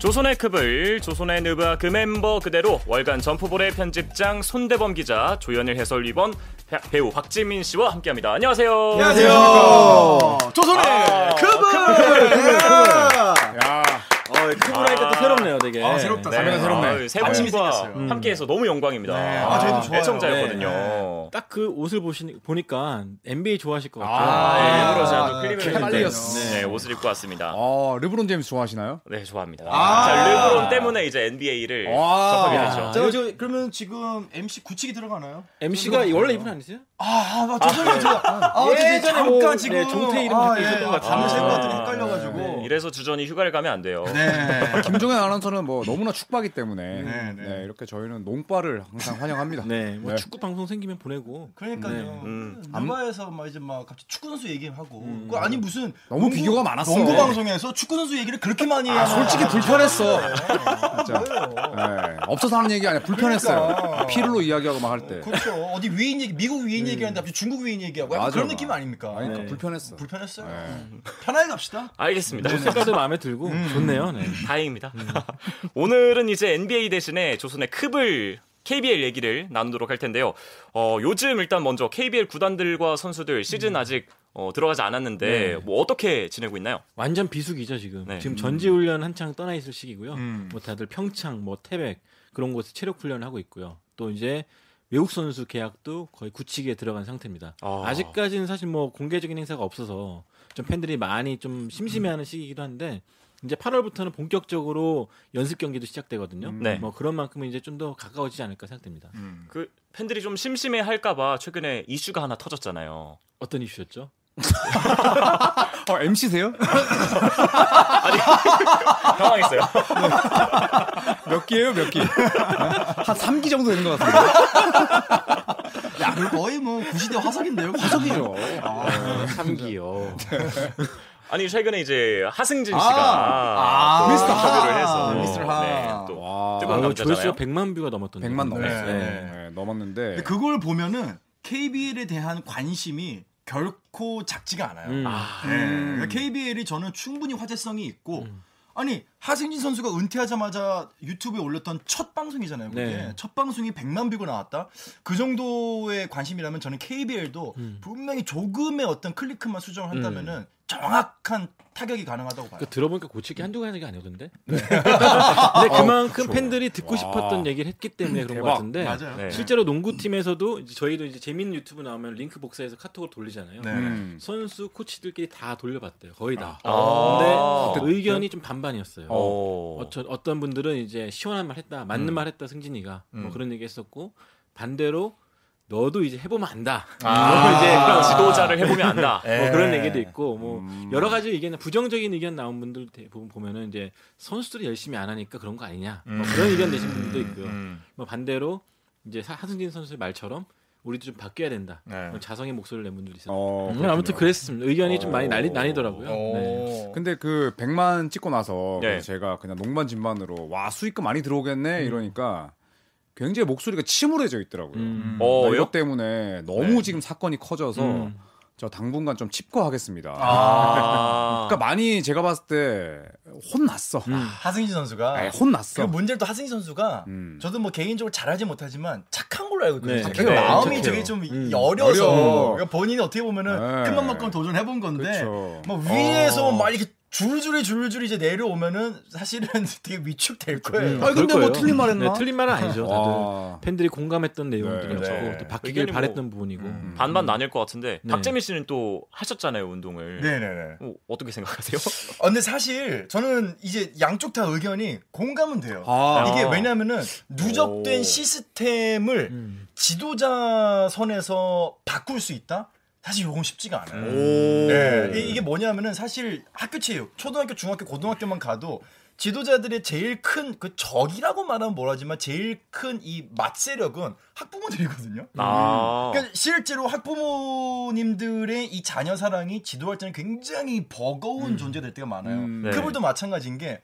조선의 급을 조선의 느바 그 멤버 그대로 월간 점프볼의 편집장 손대범 기자 조현일 해설위원 배- 배우 박지민 씨와 함께합니다. 안녕하세요. 안녕하세요. 조선의 아, 아, 크블. 야, 어, 크블 하니까 또 새롭네요, 되게. 아, 새롭다. 네. 사회가 새롭네. 아유, 세 아침이 분과 생겼어요. 함께해서 너무 영광입니다. 음. 아, 저희도 좋아요. 애청자였거든요. 네, 딱 그 옷을 보시 보니까 NBA 좋아하실 것 같아요. 예, 아, 아, 네. 일부러 제가 또 아, 클립을 잘 했는데, 말렸어. 네, 옷을 입고 왔습니다. 어, 르브론 제임스 좋아하시나요? 네, 좋아합니다. 아. 자, 르브론 때문에 이제 NBA를 와. 접하게 되죠. 자, 지금 그러면 지금 MC 구치기 들어가나요? MC가 원래 이분 아니세요? 아, 아, 죄송해요. 제가 아, 어제 예전에 잠깐 뭐, 지금 네, 종태 이름 아, 그렇게 있었던 것 같아요. 아, 담으실 아. 것 같더니 헷갈려가지고. 네. 이래서 주전이 휴가를 가면 안 돼요. 네. 김종현 아나운서는 뭐 너무나 축바기 때문에 네, 네. 네, 이렇게 저희는 농바를 항상 환영합니다. 네, 뭐 네. 축구 방송 생기면 보내고. 그러니까요. 음. 누가에서 막 이제 막 갑자기 축구 선수 얘기하고. 그거 아니 무슨 너무 비교가 많았어. 농구 방송에서 축구 선수 얘기를 그렇게 많이 해요. 아, 솔직히 불편했어. 진짜. 뭐예요? 네, 없어서 하는 얘기 아니야. 불편했어요. 그러니까. 피를로 이야기하고 막 할 때. 그렇죠. 어디 위인 얘기, 미국 위인 얘기하는데 갑자기 중국 위인 얘기하고 약간 맞아. 그런 느낌 아닙니까? 아니, 네. 그러니까 네. 불편했어. 불편했어요. 편하게 갑시다. 알겠습니다. 색깔도 마음에 들고 좋네요. 네. 다행입니다. 오늘은 이제 NBA 대신에 조선의 컵을 KBL 얘기를 나누도록 할 텐데요. 어, 요즘 일단 먼저 KBL 구단들과 선수들 음. 시즌 아직 어, 들어가지 않았는데 네. 뭐 어떻게 지내고 있나요? 완전 비수기죠 지금. 네. 지금 전지훈련 한창 떠나 있을 시기고요. 뭐 다들 평창, 뭐 태백 그런 곳에 체력 훈련을 하고 있고요. 또 이제 외국 선수 계약도 거의 굳히기에 들어간 상태입니다. 아. 아직까지는 사실 뭐 공개적인 행사가 없어서 좀 팬들이 많이 좀 심심해하는 시기이기도 한데 이제 8월부터는 본격적으로 연습 경기도 시작되거든요. 네. 뭐 그런 만큼은 이제 좀 더 가까워지지 않을까 생각됩니다. 그 팬들이 좀 심심해 할까봐 최근에 이슈가 하나 터졌잖아요. 어떤 이슈였죠? 어, MC세요? 당황했어요. 몇 개예요, 몇 개? 한 3기 정도 되는 것 같은데. 야, 그거 거의 뭐 구시대 화석인데요. 아, 화석이죠. 삼기요. 아니 최근에 이제 하승진 아. 씨가 아. 또 미스터 하. 인터뷰를 해서 미스터 하. 어. 네, 또 와. 뜨거운 조회수가 남자잖아요. 100만 뷰가 넘었던데. 100만 넘었어요. 네. 네, 넘었는데. 근데 그걸 보면은 KBL에 대한 관심이 결코 작지가 네. 않아요. 음. KBL이 저는 충분히 화제성이 있고 아니 하승진 선수가 은퇴하자마자 유튜브에 올렸던 첫 방송이잖아요. 그게 네. 첫 방송이 100만 뷰가 나왔다. 그 정도의 관심이라면 저는 KBL도 음. 분명히 조금의 어떤 클릭만 수정한다면은 정확한 타격이 가능하다고 봐요. 그 들어보니까 고치기 한두 가지가 아니었던데. 근데 그만큼 팬들이 듣고 싶었던 얘기를 했기 때문에 그런 것 대박. 같은데. 맞아요. 네. 실제로 농구팀에서도 이제 저희도 이제 재밌는 유튜브 나오면 링크 복사해서 카톡으로 돌리잖아요. 네. 음. 선수 코치들끼리 다 돌려봤대요. 거의 다. 아. 근데 의견이 좀 반반이었어요. 어. 어쩌, 어떤 분들은 이제 시원한 말 했다, 맞는 말 했다 승진이가 뭐 그런 얘기 했었고 반대로 너도 이제 해보면 안다. 아, 이제 그러니까 지도자를 해보면 안다. 네. 뭐 그런 얘기도 있고 뭐 여러 가지 의견 부정적인 의견 나온 분들 대부분 보면은 이제 선수들이 열심히 안 하니까 그런 거 아니냐 뭐 그런 의견 내신 분들도 있고요 음. 뭐 반대로 이제 사- 하승진 선수의 말처럼 우리도 좀 바뀌어야 된다 네. 그런 자성의 목소리를 낸 분들이 있어요 어, 음, 그렇군요. 아무튼 그랬습니다 의견이 좀 많이 난리 어. 나뉘더라고요 네. 오. 근데 그 100만 찍고 나서 네. 제가 그냥 농반 진반으로 와 수익금 많이 음. 들어오겠네 이러니까 굉장히 목소리가 침울해져 있더라고요. 음. 어, 나 왜요? 이것 때문에 너무 네. 지금 사건이 커져서 음. 저 당분간 좀 칩거하겠습니다. 아. 그러니까 많이 제가 봤을 때 혼났어. 아, 음, 음. 하승진 선수가 에, 그 혼났어. 문제는 또 하승진 선수가 음. 저도 뭐 개인적으로 잘하지 못하지만 착한 걸로 알고 있거든요. 네, 제가. 착해요. 마음이 착해요. 되게 좀 음. 여려서 어려워. 그러니까 본인이 어떻게 보면은 네. 큰맘만큼 도전해 본 건데 그쵸. 뭐 위에서 막 이렇게 줄줄이 줄줄이 이제 내려오면은 사실은 되게 위축될 거예요. 음, 아니, 근데 그럴 뭐 거예요. 틀린 말 했나? 네, 틀린 말은 아니죠 다들 와. 팬들이 공감했던 내용들이고 네. 또 바뀌길 의견이 바랬던 뭐- 부분이고 음. 반반 나뉠 것 같은데 네. 박재민 씨는 또 하셨잖아요 운동을. 네네네. 어, 어떻게 생각하세요? 아, 근데 사실 저는 이제 양쪽 다 의견이 공감은 돼요. 아. 이게 왜냐면은 누적된 오. 시스템을 음. 지도자 선에서 바꿀 수 있다? 사실 요건 쉽지가 음. 않아요. 네, 이- 이게 뭐냐면은 사실 학교 체육, 초등학교, 중학교, 고등학교만 가도 지도자들의 제일 큰 그 적이라고 말하면 뭐라지만 제일 큰 이 맞세력은 학부모들이거든요. 음. 아. 그러니까 실제로 학부모님들의 이 자녀 사랑이 지도할 때는 굉장히 버거운 존재가 될 때가 많아요. 음, 네. 뭐 그분도 마찬가지인 게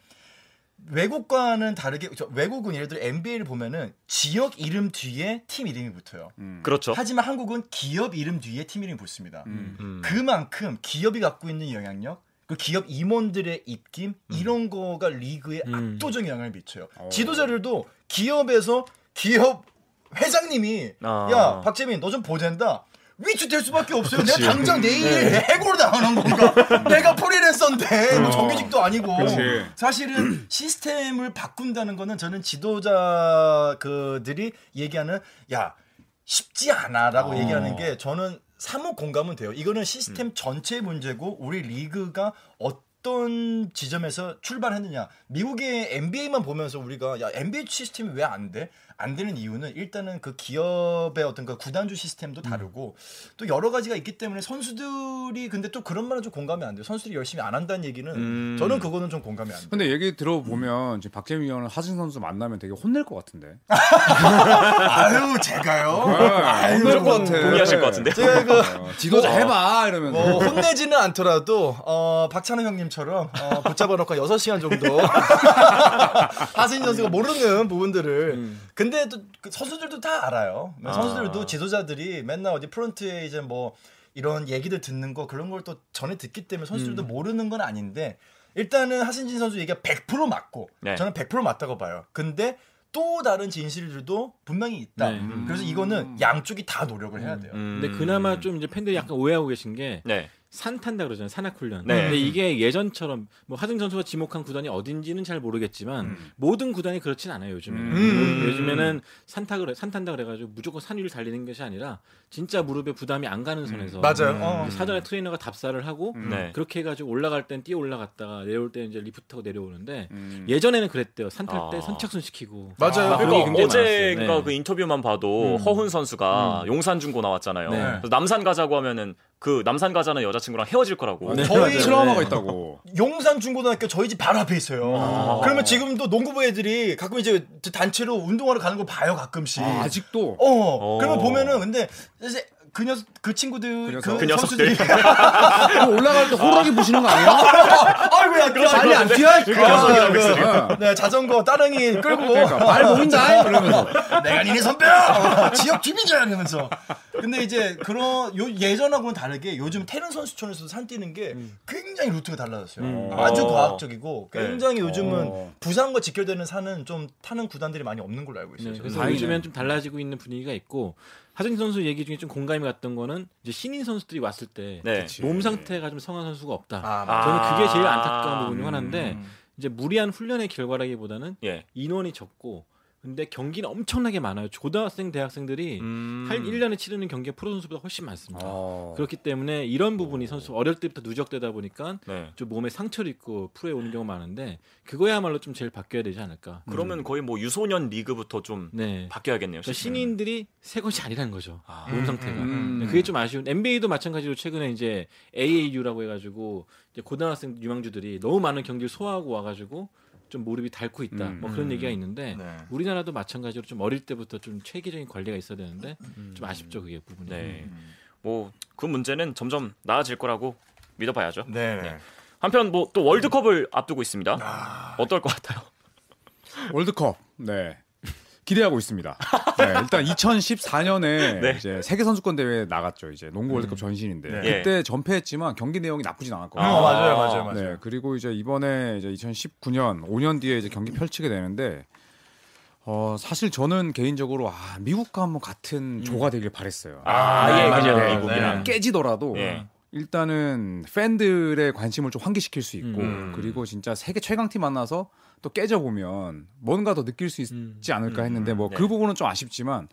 외국과는 다르게 저- 외국은 예를 들어 NBA를 보면은 지역 이름 뒤에 팀 이름이 붙어요. 음. 그렇죠. 하지만 한국은 기업 이름 뒤에 팀 이름이 붙습니다. 음. 음. 그만큼 기업이 갖고 있는 영향력, 그 기업 임원들의 입김 음. 이런 거가 리그에 음. 압도적인 영향을 미쳐요. 지도자들도 기업에서 기업 회장님이 아. 야 박재민 너 좀 보낸다. 위축될 수밖에 없어요. 내가 당장 내일 해고로 당하는 건가? 내가 프리랜서인데 뭐 네. 어. 정규직도 아니고 그치. 사실은 시스템을 바꾼다는 거는 저는 지도자 그들이 얘기하는 야 쉽지 않아라고 어. 얘기하는 게 저는 사뭇 공감은 돼요. 이거는 시스템 전체의 문제고 우리 리그가 어떤 지점에서 출발했느냐. 미국의 NBA만 보면서 우리가 야 NBA 시스템이 왜 안 돼? 안 되는 이유는 일단은 그 기업의 어떤 그 구단주 시스템도 다르고 또 여러 가지가 있기 때문에 선수들이 근데 또 그런 말은 좀 공감이 안 돼요. 선수들이 열심히 안 한다는 얘기는 음. 저는 그거는 좀 공감이 안 돼요. 근데 얘기 들어보면 지금 박재민 위원은 하진 선수 만나면 되게 혼낼 것 같은데. 어. 네. 아유 제가요. 혼낼 무조건 같아. 동의하실 것 같은데요? 제가 그 어, 지도자 해봐 이러면서. 뭐 혼내지는 않더라도 어, 박찬호 형님처럼 어, 붙잡아놓고 6시간 정도 하승인 선수가 모르는 부분들을 음. 근데 또그 선수들도 다 알아요. 선수들도 지도자들이 맨날 어디 프런트에 이제 뭐 이런 얘기들 듣는 거 그런 걸 또 전에 듣기 때문에 선수들도 모르는 건 아닌데 일단은 하승진 선수 얘기가 100% 맞고 네. 저는 100% 맞다고 봐요. 근데 또 다른 진실들도 분명히 있다. 네. 음. 그래서 이거는 양쪽이 다 노력을 해야 음. 돼요. 근데 그나마 좀 이제 팬들이 약간 오해하고 계신 게 네. 산 탄다 그러잖아요. 산악훈련. 네. 근데 이게 예전처럼 뭐 하등 선수가 지목한 구단이 어딘지는 잘 모르겠지만 음. 모든 구단이 그렇진 않아요 요즘에는. 음. 요즘에는 산타 그래 산탄다 그래가지고 무조건 산 위를 달리는 것이 아니라 진짜 무릎에 부담이 안 가는 선에서 맞아요. 음. 어. 사전에 트레이너가 답사를 하고 네. 그렇게 해가지고 올라갈 땐 뛰어 올라갔다가 내려올 때 이제 리프트하고 내려오는데 음. 예전에는 그랬대요. 산탈 아. 때 선착순 시키고 맞아요. 아, 그런 게 그러니까 굉장히 어제가 많았어요. 네. 그 인터뷰만 봐도 음. 허훈 선수가 용산 중고 나왔잖아요. 네. 그래서 남산 가자고 하면은 그 남산 가자는 여자친구랑 헤어질 거라고. 네. 네. 저희 네. 트라우마가 있다고. 용산 중고등학교 저희 집 바로 앞에 있어요. 아. 그러면 지금도 농구부 애들이 가끔 이제 단체로 운동하러 가는 걸 봐요 가끔씩. 아, 아직도. 어, 어. 그러면 보면은 근데 사실 그 녀석 그 친구들 그, 그 녀석. 그 녀석들. 선수들이 그거 어, 올라갈 때 호랑이 부시는 거 아니야? 아이고야 빨리 안 뛰어. 그 녀석이라고 그- 했으니까. 네 자전거 따릉이 끌고 그러니까 말 모른다 이러면서. 아, 내가 니네 선배야 어, 지역 주민이야 이러면서 근데 이제 그런 요 예전하고는 다르게 요즘 테른 선수촌에서도 산 뛰는 게 굉장히 루트가 음. 달라졌어요 네. 아주 어. 과학적이고 굉장히 요즘은 어. 부산과 직결되는 산은 좀 타는 구단들이 많이 없는 걸로 알고 있어요 네, 저는. 그래서 다행이네. 요즘엔 좀 달라지고 있는 분위기가 있고 하정진 선수 얘기 중에 좀 공감이 갔던 거는 이제 신인 선수들이 왔을 때 몸 네. 상태가 좀 성한 선수가 없다. 아, 맞아. 아. 저는 그게 제일 안타까운 부분 중 하나인데 음. 이제 무리한 훈련의 결과라기보다는 예. 인원이 적고 근데 경기는 엄청나게 많아요. 고등학생, 대학생들이 음. 할 1년에 치르는 경기가 프로 선수보다 훨씬 많습니다. 어. 그렇기 때문에 이런 부분이 선수 어릴 때부터 누적되다 보니까 네. 좀 몸에 상처를 입고 프로에 오는 경우가 많은데 그거야말로 좀 제일 바뀌어야 되지 않을까. 그러면 거의 뭐 유소년 리그부터 좀 네. 바뀌어야겠네요. 그러니까 시스템이. 신인들이 새 것이 아니라는 거죠. 음. 아. 몸 상태가. 네, 음. 그게 좀 아쉬운. NBA도 마찬가지로 최근에 이제 AAU라고 해가지고 이제 고등학생 유망주들이 너무 많은 경기를 소화하고 와가지고 좀 무릎이 닳고 있다. 음. 뭐 그런 얘기가 있는데 네. 우리나라도 마찬가지로 좀 어릴 때부터 좀 체계적인 관리가 있어야 되는데 좀 아쉽죠 그게 부분이. 네. 뭐 그 문제는 점점 나아질 거라고 믿어봐야죠. 네. 한편 뭐 또 월드컵을 앞두고 있습니다. 어떨 것 같아요? 월드컵. 네. 기대하고 있습니다. 네, 일단 2014년에 네. 이제 세계 선수권 대회에 나갔죠. 이제 농구 월드컵 전신인데 네. 그때 전패했지만 경기 내용이 나쁘진 않았거든요. 어, 맞아요, 맞아요, 맞아요. 네, 그리고 이제 이번에 이제 2019년 5년 뒤에 이제 경기 펼치게 되는데 어, 사실 저는 개인적으로 아, 미국과 한번 같은 조가 되길 바랬어요. 아, 예, 그냥 맞아요. 미국이랑. 깨지더라도 예. 일단은 팬들의 관심을 좀 환기시킬 수 있고 음. 그리고 진짜 세계 최강팀 만나서 또 깨져 보면 뭔가 더 느낄 수 있지 않을까 했는데 뭐 그 네. 부분은 좀 아쉽지만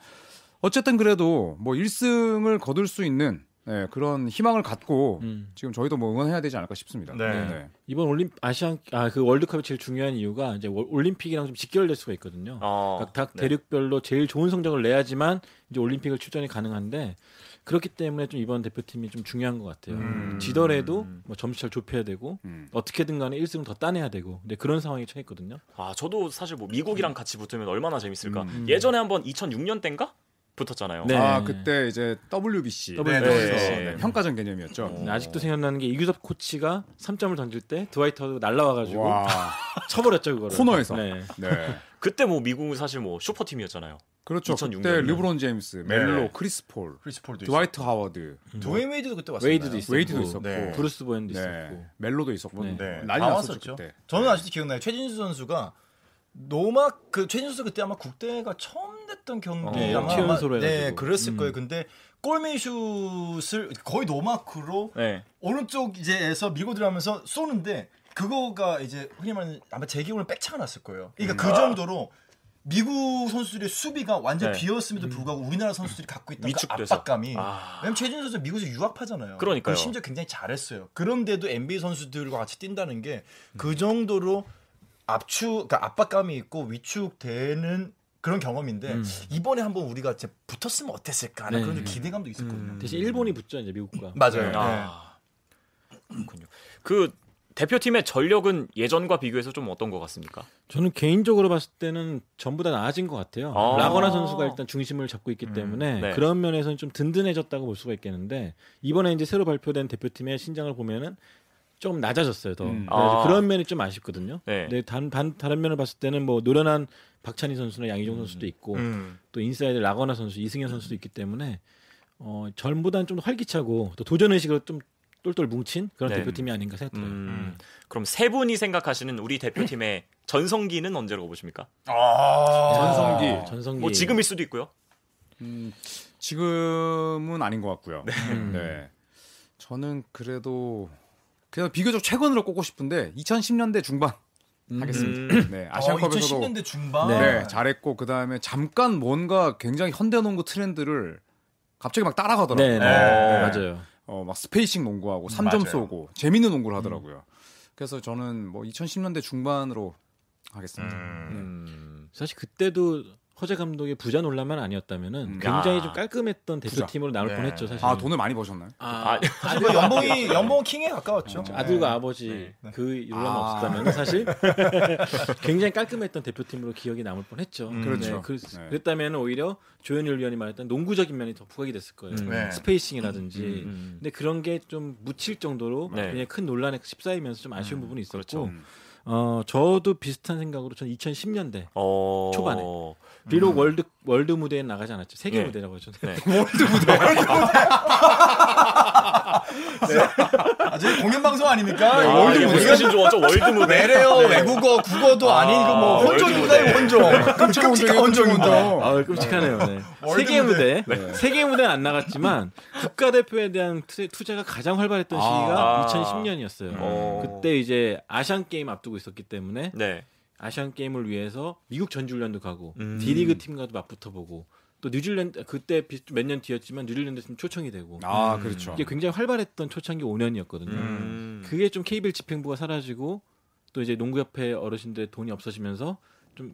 어쨌든 그래도 뭐 1승을 거둘 수 있는 예, 그런 희망을 갖고 음. 지금 저희도 뭐 응원해야 되지 않을까 싶습니다. 네. 이번 올림 아시안 아 그 월드컵이 제일 중요한 이유가 이제 월- 올림픽이랑 좀 직결될 수가 있거든요. 어, 각, 각 네. 대륙별로 제일 좋은 성적을 내야지만 이제 올림픽을 출전이 가능한데 그렇기 때문에 좀 이번 대표팀이 좀 중요한 것 같아요. 음. 지더라도 뭐 점수차를 좁혀야 되고 음. 어떻게든 간에 1승을 더 따내야 되고 근데 그런 상황에 처해 있거든요. 아, 저도 사실 뭐 미국이랑 같이 붙으면 얼마나 재밌을까. 예전에 한번 2006년 땐가 붙었잖아요. 네. 아 그때 이제 WBC, WBC. 네, 네. 평가전 개념이었죠. 근데 아직도 생각나는 게 이규섭 코치가 3점을 던질 때 드와이터도 날라와가지고 와 쳐버렸죠 그거를. 코너에서 네. 네. 그때 뭐 미국은 사실 뭐 슈퍼팀이었잖아요. 그렇죠. 2006 그때 년이면. 르브론 네. 제임스, 멜로, 크리스폴, 크리스 폴도 있고 드와이트 하워드, 도웨인 웨이드도 그때 왔었나요? 음. 웨이드도 있었고, 웨이드도 있었고, 네. 브루스 보현도 네. 있었고. 멜로도 있었고, 네. 네, 난리 다 났었죠 왔었죠. 그때. 네. 저는 아직도 기억나요. 최진수 선수가 노막 그 최진수 선수 그때 아마 국대가 처음 됐던 경기 네, 아마 최연소로 네 해가지고. 그랬을 음. 거예요. 근데 골밑슛을 거의 노마크로 네. 오른쪽 이제에서 밀고 들어가면서 쏘는데 그거가 이제 흔히 말하는 아마 제 기억으로는 백차가 났을 거예요. 그러니까 그 정도로 미국 선수들의 수비가 완전 네. 비었음에도 불구하고 우리나라 선수들이 갖고 있던 그 위축돼서. 압박감이 아. 왜냐면 최준 선수 미국에서 유학파잖아요. 그러니까요. 그리고 심지어 굉장히 잘했어요. 그런데도 NBA 선수들과 같이 뛴다는 게 그 정도로 압축, 그러니까 압박감이 있고 위축되는 그런 경험인데 이번에 한번 우리가 이제 붙었으면 어땠을까 하는 네. 그런 좀 기대감도 있었거든요. 대신 일본이 붙죠 이제 미국과. 맞아요. 아. 그렇군요. 그 대표팀의 전력은 예전과 비교해서 좀 어떤 것 같습니까? 저는 개인적으로 봤을 때는 전부 다 나아진 것 같아요. 아. 라거나 선수가 일단 중심을 잡고 있기 때문에 네. 그런 면에서는 좀 든든해졌다고 볼 수가 있겠는데 이번에 이제 새로 발표된 대표팀의 신장을 보면은 조금 낮아졌어요. 더 음. 그래서 아. 그런 면이 좀 아쉽거든요. 네. 근데 단, 반, 다른 면을 봤을 때는 뭐 노련한 박찬희 선수나 양희종 선수도 네. 있고 음. 또 인사이드 라거나 선수, 이승현 선수도 있기 때문에 어, 전보다는 좀 활기차고 또 도전 의식으로 좀 똘똘 뭉친 그런 네. 대표팀이 아닌가 생각해요. 음. 그럼 세 분이 생각하시는 우리 대표팀의 전성기는 언제라고 보십니까? 아. 전성기. 전성기 뭐 지금일 수도 있고요. 음, 지금은 아닌 것 같고요. 네. 음. 저는 그래도 그냥 비교적 최근으로 꼽고 싶은데 2010년대 중반 음. 하겠습니다. 어, 네. 아시안컵에서도 2010년대 중반. 네, 잘했고 그 다음에 잠깐 뭔가 굉장히 현대 농구 트렌드를 갑자기 막 따라가더라고요. 네, 네. 네. 맞아요. 어, 막 스페이싱 농구하고 3점 맞아요. 쏘고 재밌는 음. 농구를 하더라고요. 그래서 저는 뭐 2010년대 중반으로 하겠습니다. 음. 사실 그때도 허재 감독의 부자 논란만 아니었다면은 음. 굉장히 야. 좀 깔끔했던 대표팀으로 나올 네. 뻔했죠 사실. 아 돈을 많이 버셨나요? 아, 사실 뭐 연봉이 연봉 킹에 가까웠죠. 들과 아버지 그 논란 아. 없었다면 사실 굉장히 깔끔했던 대표팀으로 기억이 남을 뻔했죠. 그렇죠. 그, 네. 랬다면 오히려 조현일 위원이 말했던 농구적인 면이 더 부각이 됐을 거예요. 음. 네. 스페이싱이라든지. 음. 근데 그런 게 좀 묻힐 정도로 네. 굉장히 큰 논란에 휩싸이면서 좀 아쉬운 부분이 있었고, 그렇죠. 어 저도 비슷한 생각으로 전 2010년대 어... 초반에. 비록 월드 월드 무대에 나가지 않았죠. 세계 네. 무대라고 하죠. 네. 아직 공연 방송 아닙니까? 아, 월드 이게 무대가 무슨 좋아하죠? 월드 무대. 외래어, 외국어, 국어도 네. 아닌 그 뭐 월드 혼종입니다, 혼종. 끔찍한 어. 혼종입니다. 아, 끔찍하네요. 네. 월드 세계 무대. 무대, 세계 무대는 안 나갔지만 국가 대표에 대한 투- 투자가 가장 활발했던 아. 시기가 2010년이었어요. 어. 그때 이제 아시안 게임 앞두고 있었기 때문에 네. 아시안 게임을 위해서 미국 전주훈련도 가고 음. D리그 팀과도 맞붙어 보고 또 뉴질랜드 그때 몇 년 뒤였지만 뉴질랜드 팀 초청이 되고 아 그렇죠. 음. 이게 굉장히 활발했던 초창기 5년이었거든요. 음. 그게 좀 KBL 집행부가 사라지고 또 이제 농구협회 어르신들의 돈이 없어지면서 좀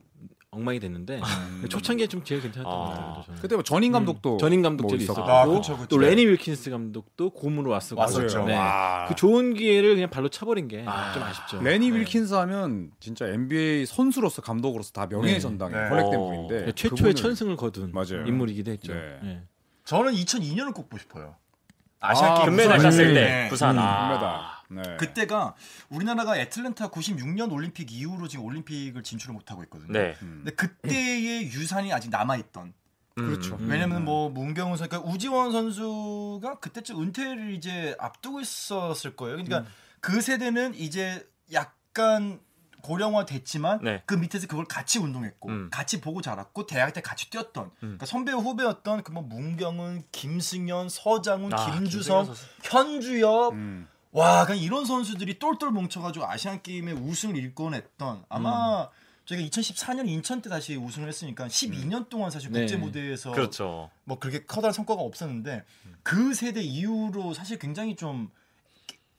엉망이 됐는데 초창기에 좀 제일 괜찮았던 아. 것 아. 같아요. 저는. 그때 뭐 전인 감독도 음, 전임 감독도 뭐 있었고 아, 그쵸, 그쵸. 또 레니 윌킨스 감독도 고문으로 왔었고 왔었죠. 네. 아. 와. 그 좋은 기회를 그냥 발로 차버린 게 좀 아. 쉽죠 아. 레니 네. 윌킨스 하면 진짜 NBA 선수로서 감독으로서 다 명예의 네. 전당에 네. 헐렉된 어. 분인데 최초의 그분을- 천승을 거둔 맞아요. 인물이기도 했죠. 네. 네. 저는 2002년을 꼽고 싶어요. 아, 음, 아시아 게임 금메달 우승할 땄을 때. 때 부산. 아. 금메달. 네. 그때가 우리나라가 애틀랜타 96년 올림픽 이후로 지금 올림픽을 진출을 못 하고 있거든요. 네. 음. 근데 그때의 유산이 아직 남아 있던. 그렇죠. 음. 왜냐면 뭐 문경훈 선수, 그러니까 우지원 선수가 그때쯤 은퇴를 이제 앞두고 있었을 거예요. 음. 그러니까 그 세대는 이제 약간 고령화 됐지만 네. 그 밑에서 그걸 같이 운동했고 음. 같이 보고 자랐고 대학 때 같이 뛰었던 그러니까 선배 후배였던 그뭐 문경은, 김승현, 서장훈, 아, 김승현 김주성, 선수. 현주엽 음. 와, 그냥 이런 선수들이 똘똘 뭉쳐가지고 아시안 게임에 우승을 일궈냈던 아마 음. 저희가 2014년 인천 때 다시 우승을 했으니까 12년 동안 사실 네. 국제 무대에서 그렇죠. 뭐 그렇게 커다란 성과가 없었는데 그 세대 이후로 사실 굉장히 좀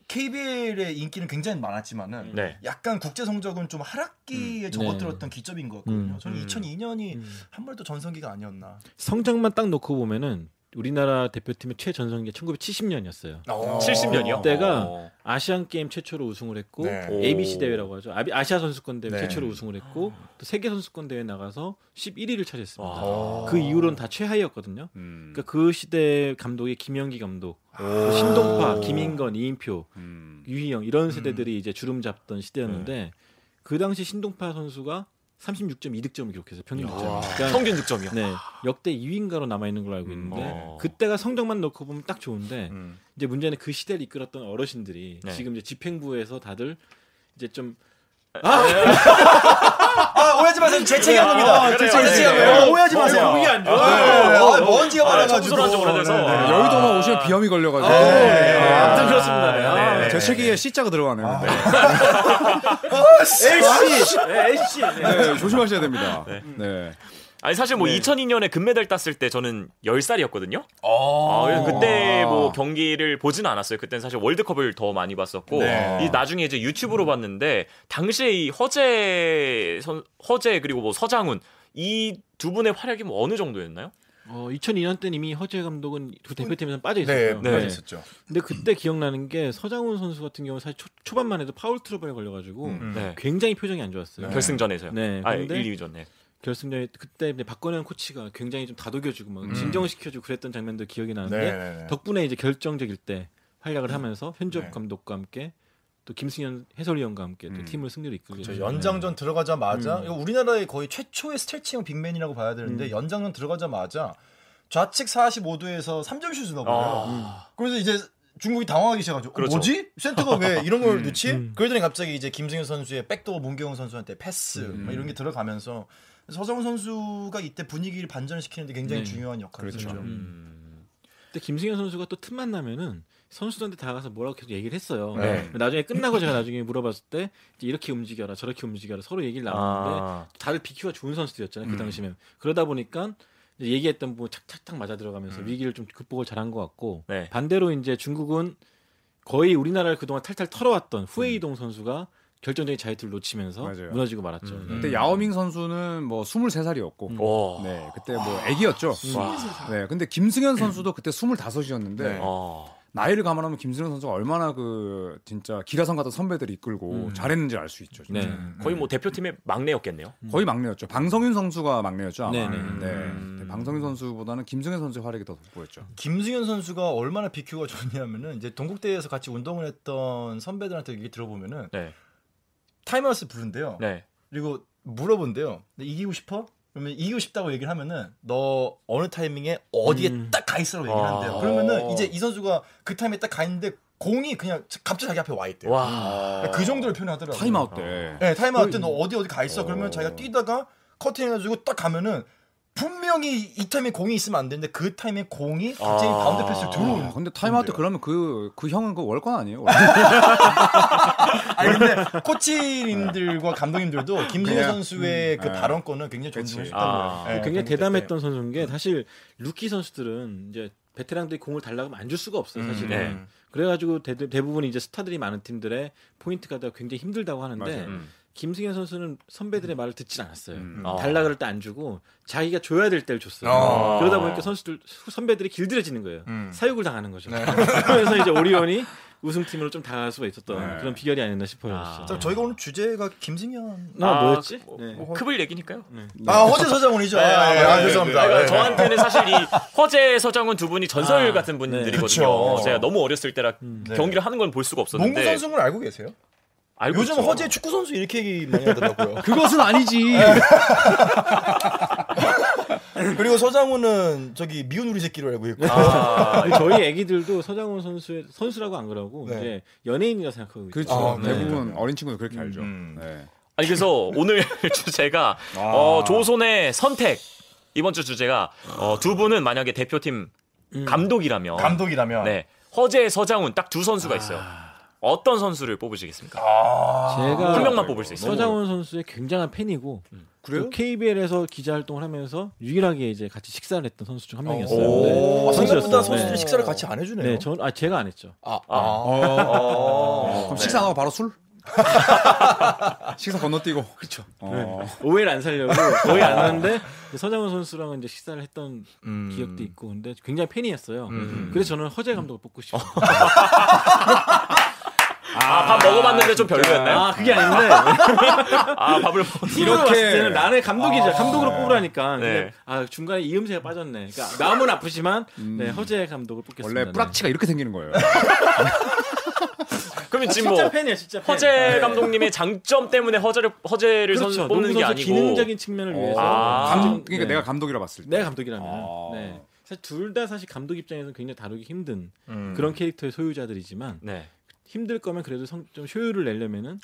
KBL의 인기는 굉장히 많았지만은 네. 약간 국제 성적은 좀 하락기에 접어들었던 기점인 것 같거든요. 음. 저는 음. 2002년이 한 번도 전성기가 아니었나. 성적만 딱 놓고 보면은 우리나라 대표팀의 최전성기 1970년이었어요. 어. 70년이요? 어. 그때가 아시안 게임 최초로 우승을 했고 네. ABC 대회라고 하죠. 아비- 아시아 선수권 대회 네. 최초로 우승을 했고 또 세계 선수권 대회 나가서 11위를 차지했습니다. 와. 그 이후로는 다 최하위였거든요. 음. 그러니까 그 시대 감독이 김영기 감독, 아. 또 신동파, 김인건, 이인표, 음. 음. 네. 유희영 이런 세대들이 이제 주름 잡던 시대였는데 그 당시 신동파 선수가 36점 2득점을 기록해서 평균 득점. 평균 득점이요. 네, 역대 2위인가로 남아 있는 걸로 알고 있는데 어. 그때가 성적만 놓고 보면 딱 좋은데 음. 이제 문제는 그 시대를 이끌었던 어르신들이 네. 지금 이제 집행부에서 다들 이제 좀 아 오해하지 마세요. 제 책이 한 겁니다. 아, 그래요. 제 책이 한 네. 거예요. 오해하지 어, 마세요. 그게 안 좋아. 아, 아, 먼지가 아, 많아가지고. 청소를 한 적으로 해서. 네, 네. 아. 여의도만 오시면 비염이 걸려가지고 네. 아, 아무튼 그렇습니다. 네. 아, 네. 제 책에 C자가 들어가네요. 네. LC, LC. 네. 네, 조심하셔야 됩니다. 네. 아니 사실 뭐 2002년에 금메달 땄을 때 저는 10살이었거든요. 어. 아, 그때 뭐 경기를 보진 않았어요. 그때는 사실 월드컵을 더 많이 봤었고 네. 이 나중에 이제 유튜브로 봤는데 당시에 이 허재 선 허재 그리고 뭐 서장훈 이 두 분의 활약이 뭐 어느 정도였나요? 어, 2002년 때 이미 허재 감독은 그 대표팀에서 빠져 네, 있었어요. 네. 맞었죠 근데 그때 기억나는 게 서장훈 선수 같은 경우 는 사실 초, 반만 해도 파울 트러블에 걸려가지고 음. 네. 굉장히 표정이 안 좋았어요. 결승전에서요. 음. 네, 아, 1, 근데 2위전. 네. 결승전에 그때 이제 박건현 코치가 굉장히 좀 다독여주고 막 진정시켜주고 그랬던 장면도 기억이 나는데 네. 덕분에 이제 결정적일 때 활약을 하면서 현주엽 감독과 함께 또 김승현 해설위원과 함께 또 음. 팀을 승리로 이끌게 저 됐죠. 그렇죠. 연장전 들어가자마자 이거 우리나라의 거의 최초의 스트레칭 빅맨이라고 봐야 되는데 연장전 들어가자마자 좌측 45도에서 3점 슛을 넣어요. 네. 아. 그래서 이제 중국이 당황하기 시작하죠. 그렇죠. 어, 뭐지? 센터가 왜 이런 걸 음, 넣지? 음. 그러더니 갑자기 이제 김승현 선수의 백도어 문경훈 선수한테 패스 막 이런 게 들어가면서 서정훈 선수가 이때 분위기를 반전을 시키는데 굉장히 네. 중요한 역할을 그렇죠. 했죠. 음. 근데 김승현 선수가 또 틈만 나면은 선수들한테 다가가서 뭐라고 계속 얘기를 했어요. 네. 나중에 끝나고 제가 나중에 물어봤을 때 이제 이렇게 움직여라 저렇게 움직여라 서로 얘기를 나눴는데 아. 다들 비큐가 좋은 선수들이었잖아요 그 당시면 그러다 보니까 이제 얘기했던 뭐 착착착 맞아 들어가면서 위기를 좀 극복을 잘한 것 같고 네. 반대로 이제 중국은 거의 우리나라를 그동안 탈탈 털어왔던 후에이동 선수가 결정적인 자유투를 놓치면서 맞아요. 무너지고 말았죠. 음. 네. 그때 야오밍 선수는 뭐 23살이었고 와. 네, 그때 뭐 애기였죠. 음. 네, 근데 김승현 선수도 그때 25이었는데 네. 아. 나이를 감안하면 김승현 선수가 얼마나 그 진짜 기라성 같은 선배들이 이끌고 잘했는지 알 수 있죠. 진짜. 네. 거의 뭐 대표팀의 막내였겠네요. 거의 막내였죠. 방성윤 선수가 막내였죠. 아마. 네네. 네. 네, 방성윤 선수보다는 김승현 선수의 활약이 더 돋보였죠. 김승현 선수가 얼마나 비큐가 좋냐면은 이제 동국대에서 같이 운동을 했던 선배들한테 얘기 들어보면은 네. 타임아웃을 부른대요. 네. 그리고 물어본대요. 너 이기고 싶어? 그러면 이기고 싶다고 얘기를 하면은 너 어느 타이밍에 어디에 음. 딱 가 있으라고 얘기를 아. 한대요. 그러면은 이제 이 선수가 그 타이밍에 딱 가 있는데 공이 그냥 갑자기 자기 앞에 와 있대요. 와. 그러니까 그 정도로 표현하더라고요. 타임아웃 때. 네, 타임아웃 때 너 어디 어디 가 있어? 그러면 자기가 뛰다가 커팅해가지고 딱 가면은 분명히 이 타이밍에 공이 있으면 안 되는데 그 타이밍에 공이 갑자기 아. 바운드 패스를 들어오는 아, 거예요. 근데 타임아웃 때 그러면 그, 그 형은 그 월권 아니에요? 아니 근데 코치님들과 감독님들도 김승현 그냥, 선수의 음, 그 아. 발언권은 굉장히 그치. 존중해줬다는 아. 거예요. 네, 굉장히 경기 때. 대담했던 선수인 게 사실 루키 선수들은 이제 베테랑들이 공을 달라고 하면 안 줄 수가 없어요 음. 사실은 네. 그래가지고 대, 부분 이제 스타들이 많은 팀들의 포인트 가드가 굉장히 힘들다고 하는데 맞아요. 음. 김승현 선수는 선배들의 말을 듣질 않았어요 음. 아. 달라 그럴 때 안 주고 자기가 줘야 될 때를 줬어요 아. 그러다 보니까 선수들 후- 선배들이 길들여지는 거예요 음. 사육을 당하는 거죠 그래서 이제 오리온이 우승팀으로 좀 당할 수가 있었던 네. 그런 비결이 아니었나 싶어요 아. 진짜. 자, 저희가 음. 오늘 주제가 김승현. 아, 뭐였지? 그- 네. 뭐, 크블 얘기니까요. 음. 네. 아 허재 서장훈이죠. 네, 아, 예, 아, 죄송합니다. 그러니까 예. 아, 저한테는 사실 이 허재 서장훈 두 분이 전설 같은 분들이거든요. 네. 그쵸. 제가 너무 어렸을 때라 음. 네. 경기를 하는 건 볼 수가 없었는데 농구 선수는 알고 계세요? 알고 요즘 있죠. 허재 축구 선수 이렇게 얘기 많이 하더라고요. 그것은 아니지. 그리고 서장훈은 저기 미운 우리 새끼로 알고 있고. 아, 아니, 저희 애기들도 서장훈 선수 선수라고 안 그러고 네. 이제 연예인이라 생각하고 있죠. 그렇죠. 아, 네. 대부분 어린 친구들 그렇게 알죠. 음. 네. 아니 그래서 오늘 주제가 아. 어, 조선의 선택 이번 주 주제가 어, 두 분은 만약에 대표팀 감독이라면 음. 감독이라면. 아. 네 허재 서장훈 딱 두 선수가 있어요. 어떤 선수를 뽑으시겠습니까? 아. 제가 한 명만 뽑을 수 있어요. 서장훈 선수의 굉장한 팬이고 그래요? KBL에서 기자 활동을 하면서 유일하게 이제 같이 식사를 했던 선수 중 한 명이었어요. 오. 아, 생각보다 선수였어요. 선수들이 네. 식사를 같이 안 해주네요. 네, 전 아 제가 안 했죠. 아, 아. 그럼 어. 식사 안 하고 바로 술? 식사 건너뛰고. 그렇죠. 오해를 안 살려고 거의 안 하는데 이제 서장훈 선수랑은 이제 식사를 했던 기억도 있고 근데 굉장히 팬이었어요. 그래서 저는 허재 감독을 뽑고 싶어요. 아 밥 먹어봤는데 좀 별로였나요? 아 그게 아닌데 아 밥을 먹 이렇게 봤을 때는 나는 감독이죠. 감독으로 뽑으라니까. 네. 근데 아 중간에 이음새가 빠졌네. 그러니까 마음은 아프지만 네, 허재 감독을 뽑겠습니다. 원래 뿌락치가 이렇게 생기는 거예요. 그러면 지금 진짜 뭐 팬이에요, 진짜 팬. 허재 감독님의 장점 때문에 허재를 허재를 선- 네. 그렇죠. 뽑는 농구 게 선수 아니고 기능적인 측면을 위해서 아. 지금- 감, 그러니까 네. 내가 감독이라 봤을 때. 내가 감독이라면 어. 아. 네. 사실 둘 다 사실 감독 입장에서는 굉장히 다루기 힘든 음. 그런 캐릭터의 소유자들이지만 네. 힘들 거면 그래도 성, 좀 효율을 내려면은